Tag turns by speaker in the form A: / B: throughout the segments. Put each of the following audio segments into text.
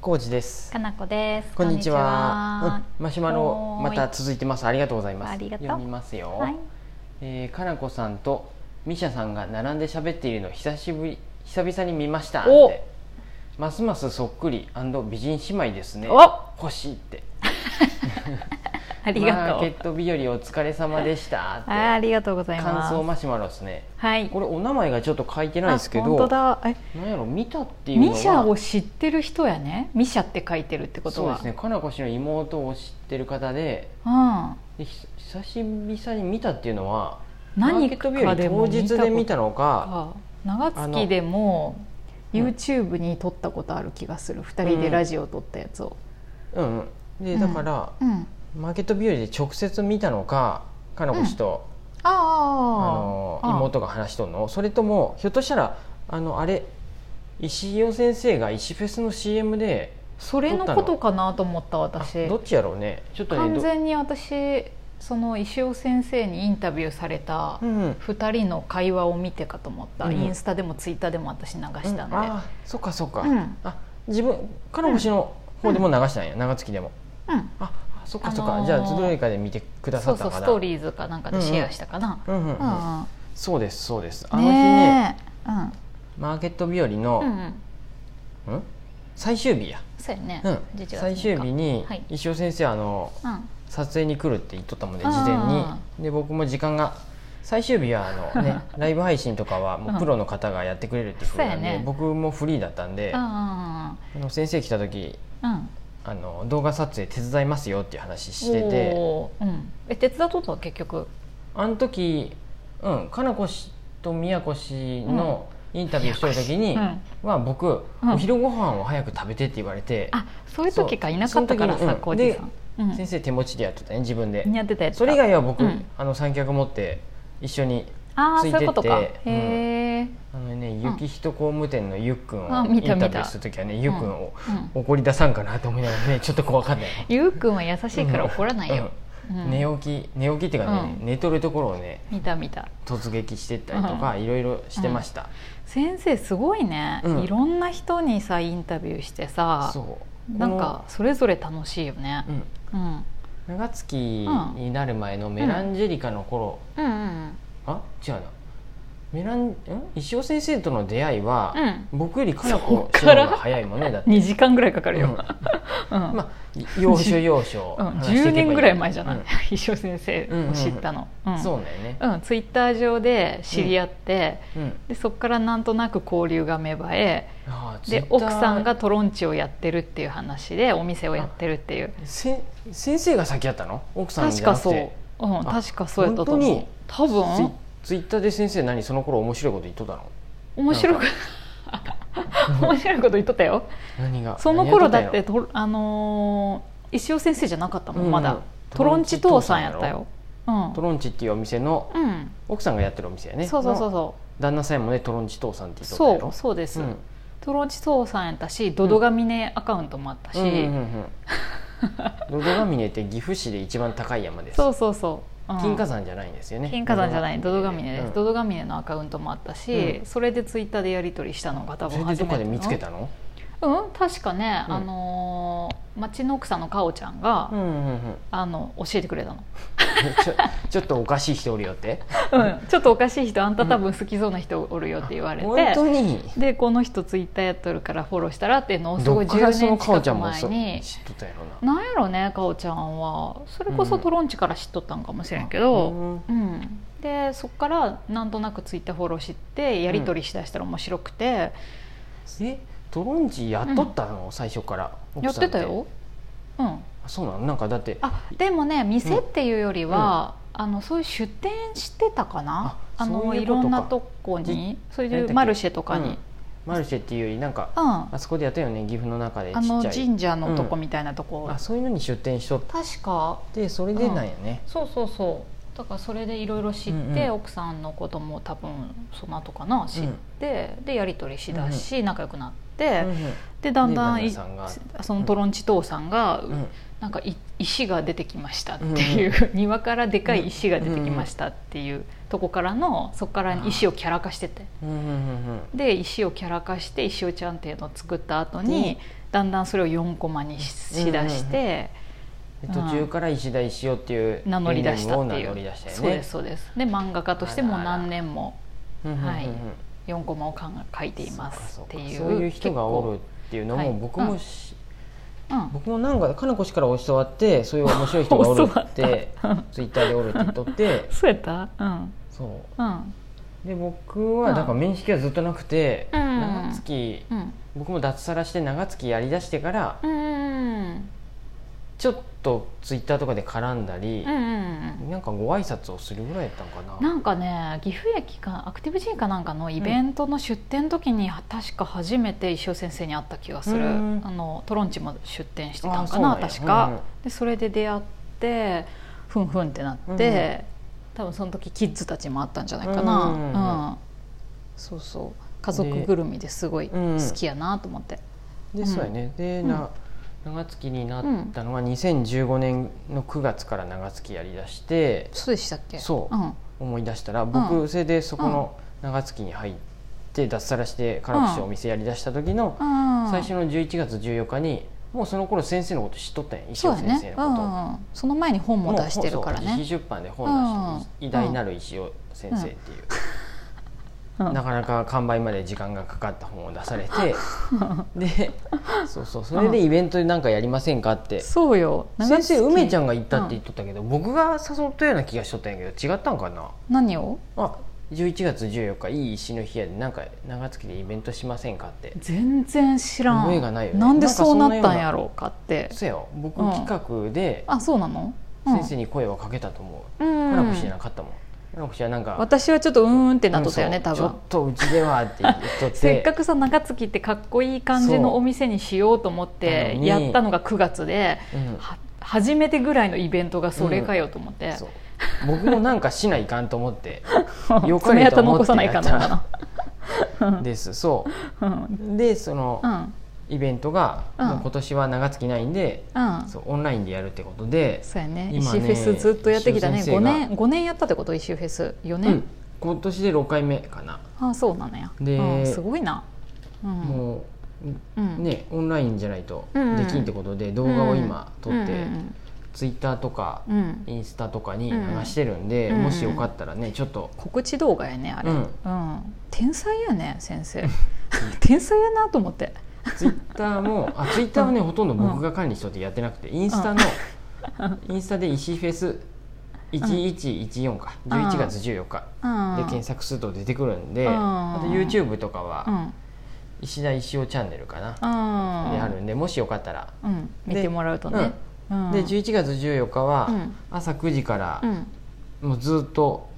A: コージです。
B: かなこです。
A: こんにちは。うん、マシュマロ
B: おー
A: ま
B: い
A: た続いてます。ありがとうございます。
B: ありがとう
A: 読みますよ。
B: はい。
A: えーかなこさんとミシャさんが並んで喋っているの久しぶり久々に見ましたって
B: お
A: ますますそっくり美人姉妹ですね
B: お
A: 欲しいって
B: ありが
A: マ
B: と
A: ー
B: う
A: ケッ。ト日和お疲れ様でしたって
B: あーありがとうございま
A: 感
B: す。
A: 想マシュマロですね
B: はい。
A: これお名前がちょっと書いてないですけ
B: あ本当
A: ど
B: だ。え、
A: なんやろ見たっていうのは
B: ミシャを知ってる人やね。ミシャって書いてるってこと
A: そう
B: は。
A: ですねかなこ氏の妹を知ってる方で
B: うん。
A: でひ久し々に見たっていうのはマー
B: 何
A: ケット日和
B: かで
A: 当
B: も見
A: 日
B: た
A: で
B: こ
A: 見
B: と
A: たのか
B: か。長月でも YouTube に撮ったことある気がする。二人でラジオ撮ったやつを。
A: うんうん、で
B: うん
A: だから、
B: うん。
A: マーケット日和で直接見たのかかなこ氏と、
B: あー
A: あの
B: あー。
A: 妹が話しとんのそれともひょっとしたらあのあれ石井雄先生が石フェスの CM で
B: それのことかなと思った私。
A: どっちやろうねちょっとね
B: 完
A: ど
B: 全に私その石尾先生にインタビューされた
A: うんうん
B: 2人の会話を見てかと思った、
A: うん
B: インスタでもツイッターでも私流したんで、
A: あーそっかそっか、
B: うん
A: あ自分かなこ氏の方でも流したんや、長月でも
B: うん
A: あそっかそっか、
B: あのー
A: じゃあどれかで見てくださ
B: そう
A: った
B: そう
A: のか
B: ス
A: な
B: トーリーズかなんかでシェアしたかな、
A: うんうん
B: う
A: うんんそうですそうですあの日ね
B: ねえ
A: マーケット日和
B: うんうん
A: の、
B: うん
A: ん最終日や
B: そうやね、
A: うん
B: 11、月
A: 最終日に
B: はい
A: 石尾先生あの
B: うん
A: 撮影に来るって言っとったもんで
B: あー
A: 事前にで僕も時間が最終日は あの、ね、ライブ配信とかはもうプロの方がやってくれるっていうことなん
B: そうや
A: で
B: ね
A: 僕もフリーだったんであ
B: う
A: の先生来た時
B: んうん
A: あの動画撮影手伝いますよっていう話
B: し
A: してて
B: うん、え手伝っとった結局
A: あの時うんかなこ氏と宮子氏のインタビューしてる時に
B: うん
A: は僕、
B: ん
A: お昼ご飯を早く食べてって言われて、
B: あそういう時かいなかったから
A: その時
B: さ
A: に
B: 浩二さん、うん、
A: 先生手持ちでやっとったね自分で。
B: やってたやつ
A: それ以外は僕、
B: うん
A: あの三脚持って一緒に
B: ああ
A: つ
B: そ
A: いうてっ
B: い
A: て
B: うことか
A: うん
B: へえ、
A: あのね雪人工務店のゆっくん
B: あ
A: をイン
B: 見た
A: タビュ
B: 見た
A: ーするときはねゆっくんを
B: うん
A: 怒り出さんかなと思いながらねちょっと怖かったよね
B: ゆうくんは優しいから怒らないよ、
A: うん
B: うん
A: 寝起き寝起きっていうかね、
B: う
A: 寝とるところをね
B: 見た見た
A: 突撃してったりとかいろいろしてました、
B: 先生すごいね、
A: うん
B: いろんな人にさインタビューしてさ
A: そう
B: なんかそれぞれ楽しいよね
A: この、うん、
B: うん、
A: 長月になる前のメランジェリカの頃、
B: うんうん
A: あ違うなメランん石尾先生との出会いは、僕よりかな
B: そ
A: こ
B: っ
A: し
B: から
A: のが早いもんねだ って
B: 2時間ぐらいかかる
A: うん
B: よ、うんうん
A: まあ、要所要所
B: 10年ぐらい前じゃない、
A: うん
B: 一生先生を知ったの、うん
A: そうだよね、
B: うんツイッター上で知り合って、
A: うん、
B: でそこからなんとなく交流が芽生え
A: ああ
B: で奥さんが
A: Twitter
B: トロンチをやってるっていう話でお店をやってるっていう
A: せ先生が先やったの奥さん
B: 確
A: じゃ
B: か
A: なく
B: そう、う
A: て
B: ん、
A: あ
B: 確かそうやっ
A: 本
B: たと
A: 当
B: 思う
A: に
B: 多分
A: ツイツイッターで先生何その頃面白いこと言っとったの
B: 面白く 面白いこと言っとったよ
A: 何が
B: その頃
A: 何
B: だっ
A: や
B: て
A: と
B: とあのー石尾先生じゃなかったも
A: うん
B: んまだ、トロンチ父さんやったよう
A: た
B: ん
A: のトロンチっていうお店の
B: うん、
A: 奥さんがやってるお店やね
B: そうそうそ
A: の
B: うそ
A: 旦那さんもねトロンチ父さんって
B: う
A: 言っとったや
B: そ
A: ろ
B: うそうです、
A: うん
B: トロンチ父さんやったしドドガミネアカウントもあったし、
A: うんうん うんうんドドガミネって岐阜市で一番高い山です
B: そうそうそう、うん
A: 金華山じゃないんですよね
B: 金華山じゃないドドガミネです、
A: うん
B: ドドガミネのアカウントもあったし、
A: うん
B: それでツイッターでやり取りしたのが多
A: そ
B: 分
A: れで
B: 初
A: ど
B: め
A: こ
B: て
A: で見つけたの
B: うん確かね、
A: うん
B: あのー町の奥さんのかおちゃんが、
A: うんうんうん
B: あの教えてくれたの、
A: ちょ ちょっとおかしい人おるよって
B: うん、 ちょっとおかしい人あんた多分好きそうな人おるよって言われて、
A: 本当に
B: でこの人ツイッターやっとるからフォローしたらっていうのをす
A: ど
B: ごい
A: っ
B: 10
A: からその
B: 年
A: かお
B: 近
A: ちゃ
B: く
A: んも
B: 前
A: そう
B: に
A: 知っとったやろうな
B: なんやろねかおちゃんはそれこそ
A: うん
B: トロンチから知っとったんかもしれんけ
A: う
B: ど、
A: ん
B: うんでそっからなんとなくツイッターフォローしてやり取りしだしたら面白くて、
A: えトロンチやっとったの、最初から
B: や
A: 奥
B: っ
A: さん
B: てたよ、うん、
A: あそうなのなんかだって
B: あでもね店っていうよりは、あのそういう出店してたかな
A: あ
B: あの
A: そう
B: い
A: いうことか
B: ろんなとこにそう
A: 何だ
B: い
A: っ
B: う
A: け
B: マルシェとか
A: うん
B: に、
A: マルシェっていうよりなんか
B: うんあ
A: あそこでやったよね岐阜の中でちっちゃい
B: の神社のとこみたいなとこ、
A: あそういうのに出店しとっ
B: 確か
A: てそれでなんやね、
B: そうそうそうだからそれでいろいろ知
A: う
B: って、
A: んうん
B: 奥さんのことも多分その後かな知って、でやり取りしだし、仲良くなっって、
A: うんうん
B: でだんだんい
A: で旦那さん
B: そのトロンチ父さんが、
A: うん
B: なんかい石が出てきましたっていう、 庭からでかい石が出てきましたっていうとこからのそこから石をキャラ化してて
A: うんうんうん
B: で石をキャラ化して石尾ちゃんっていうのを作った後に、
A: うん
B: だんだんそれを4コマにししだして、
A: で途中から石田石雄っていう
B: 名乗り出したって
A: ペン
B: い
A: ネームを名乗
B: う、
A: り出したよね
B: そうですそうですで漫画家としてもう
A: あらあら
B: 何年も
A: うんうんうんうん
B: はい4コマをかん書いています
A: そ
B: っ
A: うか
B: て
A: そうか
B: い
A: そ
B: う
A: ういう人がおるっていうのも
B: 結構
A: 僕
B: は
A: も
B: い
A: し
B: 結構
A: 僕もなんかかなこ氏から教わってそういう面白い人がおるっ
B: 教わ
A: て
B: ったうん
A: ツイッターでおるって言っとって
B: うん、そうやったうん
A: そ
B: うん
A: うで僕はだから面識はずっとなくて
B: うん
A: 長月
B: うん
A: 僕も脱サラして長月やりだしてから
B: うんうん
A: ちょっとツイッターとかで絡んだり
B: うんうん
A: なんかご挨拶をするぐらいやったんかな
B: なんかね岐阜駅かアクティブ G かなんかのイベントの出店の時に、確か初めて石尾先生に会った気がする、
A: うん
B: あのトロンチも出店してた
A: あ
B: んか
A: そうな
B: なん
A: や
B: 確か、
A: うんうん
B: でそれで出会ってふんふんってなって、多分その時キッズたちもあったんじゃないかな、
A: う
B: うんん
A: うんうん
B: そうそう家族ぐるみですごい好きやなと思って、う
A: で
B: ん
A: そうやねで
B: うん
A: な長月になったのは2015年の9月から長月やりだして
B: そうでしたっけ
A: そう
B: うん
A: 思い出したら僕
B: うん
A: それでそこの長月に入って脱サラして辛口
B: う
A: で
B: ん
A: お店やりだした時の
B: うん、
A: 最初の11月14日にもうその頃先生のこと知っとったんや石
B: そう
A: 尾
B: だ
A: 先
B: ね
A: 生、
B: う
A: のこと
B: んうん、その前に本も出してるから
A: もうそう
B: ね
A: 自費出版で本出して
B: うん
A: 偉大なる石尾先生っていう、
B: うん
A: なかなか完売まで時間がかかった本を出され てでそうそうそれでイベントで何かやりませんかって
B: そうよ
A: 先生梅ちゃ
B: ん
A: んが行ったって言っとったけど、僕が誘ったような気がしとったんやけど違ったんかな
B: 何を
A: あ11月14日いい石の日やでなんか長月でイベントしませんかって
B: 全然知らん
A: 覚えがないよね
B: んでそうなったんやろうかって
A: そうやわ僕
B: うん
A: 企画で
B: あそうなの、うん、
A: 先生に声をかけたと思う、
B: う
A: うん花子氏じゃなかったもん花子氏はなんか
B: 私はちょっとうーんってなっとったよね
A: うん
B: 多
A: そうち
B: 分
A: ょっとうちではって言っとって
B: せっかくさ長月ってかっこいい感じのお店にしようと思って
A: そう
B: やったのが9月で、
A: うん
B: は初めてぐらいのイベントがそれかよと思 って、
A: そう僕もなんかしないかんと思ってよか
B: 爪
A: れと思
B: 痕
A: っ
B: 残
A: て
B: さない
A: や
B: か
A: っ
B: んのか
A: た
B: な
A: です そう
B: うん
A: でその
B: うん
A: イベントが、
B: うん
A: もう今年は長月ないんで、
B: うん
A: そうオンラインでやるってことで、
B: そうやね
A: 今ね
B: 石井フェスずっとやってきたね
A: 石井先
B: 5
A: 生が
B: 年五年やったってこと石井フェス4
A: うん
B: 年、
A: 今年で6回目かな、
B: あそうなのや、
A: で
B: うんすごいな、うん、
A: も
B: う、
A: うんねオンラインじゃないと
B: うん
A: できんってことで、動画を今撮って、
B: うん
A: ツイッターとか、
B: うんうん
A: インスタとかに流してるんで、
B: うん
A: もしよかったらねちょっと
B: 告知動画やねあれ、
A: う
B: うんん天才やね先生天才やなと思って
A: ツイッターもあツイッターはねほとんど僕が管理しとってやってなくてインスタの、インスタで石フェス1114か
B: ん
A: 11月14日
B: うん
A: で検索すると出てくるんで、
B: うん
A: あと YouTube とか
B: う
A: は
B: ん
A: 石田石尾チャンネルかな、
B: うん
A: であるんでもしよかったら、
B: うん見てもらうとね、うん
A: で11月14日は
B: うん
A: 朝9時から
B: うん
A: もうずっと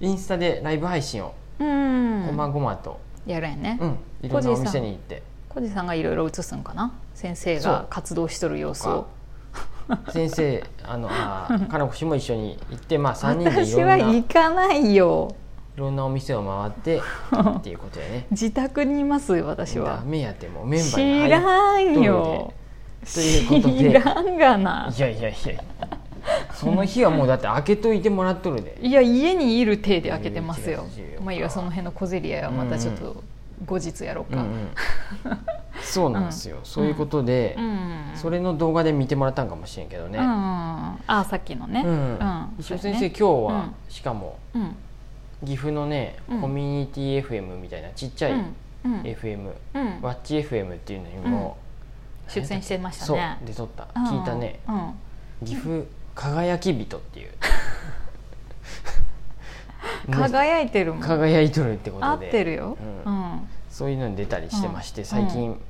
A: インスタでライブ配信を
B: うん
A: こまごまと、
B: やるんやね
A: うんいろんなお店に行って
B: 小路さんがいろいろ映すんかな先生
A: そう
B: が活動しとる様子を
A: 先生あのあ ーかなこ氏も一緒に行ってまあ3人でい
B: 私
A: ろんな
B: は行かないよ
A: いろんなお店を回ってっていうことやね
B: 自宅にいますよ私
A: ダ
B: は
A: メやってもうメンバー
B: 知
A: に入っ
B: らんよ
A: ということで
B: 知らんがない
A: やいやいやその日はもうだって開けといてもらっとるで
B: いや家にいる手で開けてますよ
A: 11
B: まあいいわその辺の小競り合いはまたちょっと後日やろう
A: うん
B: か、
A: うん そうなんですよ、そういうことで、
B: うん
A: それの動画で見てもらったんかもしれんけど
B: う
A: ね、
B: んああさっきのね、
A: うん石尾先生、今日は、しかも
B: 生、うん
A: 岐阜のね、
B: うん
A: コミュニティ FM みたいなちっちゃい
B: うん
A: FM、
B: うん
A: ワッチ FM っていうのにも、
B: 出演してました
A: そう
B: ね
A: 出とった
B: うん
A: 聞いたね
B: うん
A: 岐阜輝き人って いう
B: 輝いてるもん
A: 輝いとるってことで
B: 合ってるよ、
A: う
B: うんん
A: そういうのに出たりしてまして最近、
B: うん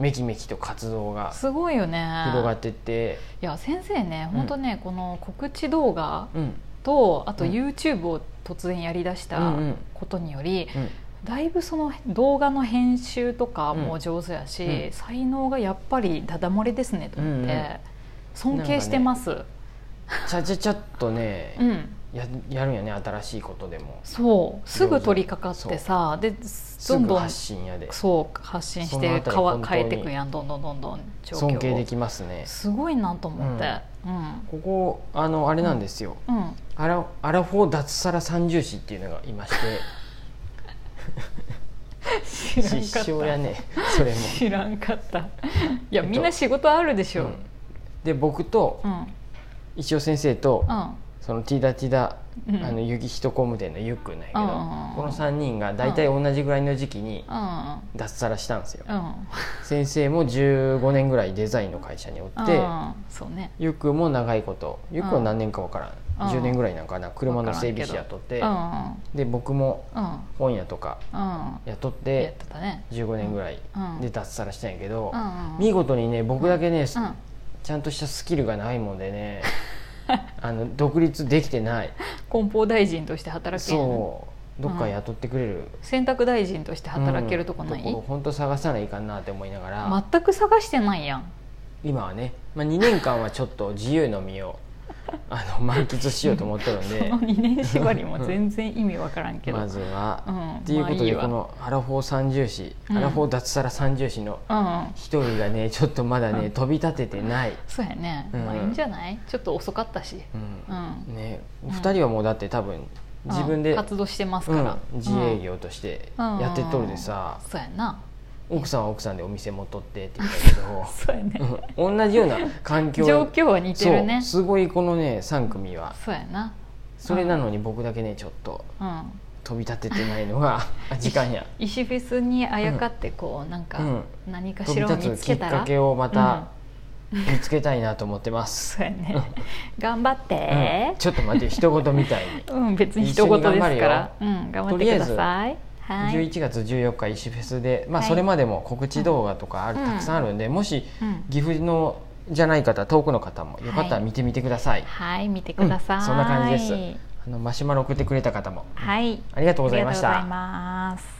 A: めきめきと活動が
B: すごいよね
A: 広がってて、
B: いや先生ね
A: うん
B: 本当ね、この告知動画
A: うん
B: とあと
A: うん
B: YouTube を突然やりだし
A: う
B: た
A: んうん
B: ことにより、
A: うん
B: だいぶその動画の編集とかも上手やし、
A: うんうん
B: 才能がやっぱりダダ漏れですねと思って、
A: うんうん
B: 尊敬してます、
A: ちゃちゃちゃっとね、
B: うん
A: ややるんやね新しいことでも
B: そうすぐ取り掛かってさです
A: す
B: どん
A: ぐ
B: どん
A: 発信やで
B: そう発信し
A: その
B: て
A: あたり
B: 変わ
A: 本当に
B: 変えていくやんどんどんどんどん状況を
A: 尊敬できますね
B: すごいなと思ってうん
A: ここあのあれなんですよ、
B: うん
A: アラアラフォー脱サラ三重士っていうのがいまして
B: 知らん
A: 失
B: か
A: 笑
B: っ
A: やねそれ
B: た
A: も、
B: 知らんかったい
A: え
B: や
A: っと
B: みんな仕事あるでし
A: う
B: ょ
A: んで僕と
B: うん
A: 一応先生と、
B: うん
A: そのティダティダ、
B: うん
A: あのユギヒトコムデのユックなんやけど、
B: うん
A: この3人が大体同じぐらいの時期に
B: うん
A: 脱サラしたんですよ、
B: うん
A: 先生も15年ぐらいデザインの会社におって、
B: うんそうね
A: ゆくも長いことゆくは何年か分からん、
B: うん
A: 10年ぐらいなんかな車の整備士
B: わからん
A: 雇っ
B: う
A: て、
B: んうん
A: で僕も
B: うん
A: 本屋とか
B: うん
A: 雇っ
B: やっててたね
A: 15年ぐらい
B: うん
A: で脱サラしたんやけど、
B: うんうん
A: 見事にね僕だけね、
B: うん
A: ちゃんとしたスキルがないもんで ねあの独立できてない
B: 梱包大臣として働ける
A: そうどっか雇ってくれる、
B: 洗濯大臣として働けるとこない、
A: うんとこ本当探さないかんなって思いながら、
B: 全く探してないやん
A: 今はね、まあ、2年間はちょっと自由の身をあの満喫しようと思ってるん
B: そ
A: で
B: の2年縛りも全然意味わからんけど、
A: まずは、
B: うん
A: っていうことで、
B: まあいいわ
A: このアラフォー三重士、
B: うん
A: アラフォー脱サラ三重士の
B: うんうん
A: 一人がねちょっとまだね、
B: うん
A: 飛び立ててない、
B: そうやね、
A: うん
B: まあいいんじゃないちょっと遅かったし、う
A: うんね
B: ん
A: 2人はもうだって多分自分で、
B: うん活動してますから、
A: うん自営業としてやってっとるでさ
B: うん、そうやな
A: 奥さんは奥さんでお店持っとってって言ったけ ど
B: そうやね
A: うん同じような環境
B: 状況は似てるね
A: そうすごいこのね3組は
B: そうやな
A: それなのに僕だけねちょっと
B: うん
A: 飛び立ててないの があ時間や
B: 石フェスにあやかってこうなんか、
A: うん
B: 何か
A: 飛
B: し
A: び
B: らを見
A: 立つ
B: つ
A: き
B: け
A: ったからけをまた見つけたいなと思ってます、
B: そうやね頑張っ
A: うん
B: て、
A: ちょっと待って一言みたいに
B: うん、別に一言です
A: 一緒
B: か
A: に頑張
B: ら、うん、頑張っ
A: とりあ
B: て
A: え
B: く
A: ず
B: ださい。 はい。
A: 11月14日石フェスで、まあ、
B: はい
A: それまでも告知動画とかある、
B: うん
A: たくさんあるんでもし
B: うん
A: 岐阜のじゃない方遠くの方もよかったら見てみてください、
B: はい、見てください。
A: うんそんな感じですあのマシュマロ送ってくれた方も
B: はい。
A: ありがとう
B: あ
A: ござ
B: り
A: い
B: が
A: ま
B: とうご
A: し
B: ざい
A: た。
B: ます。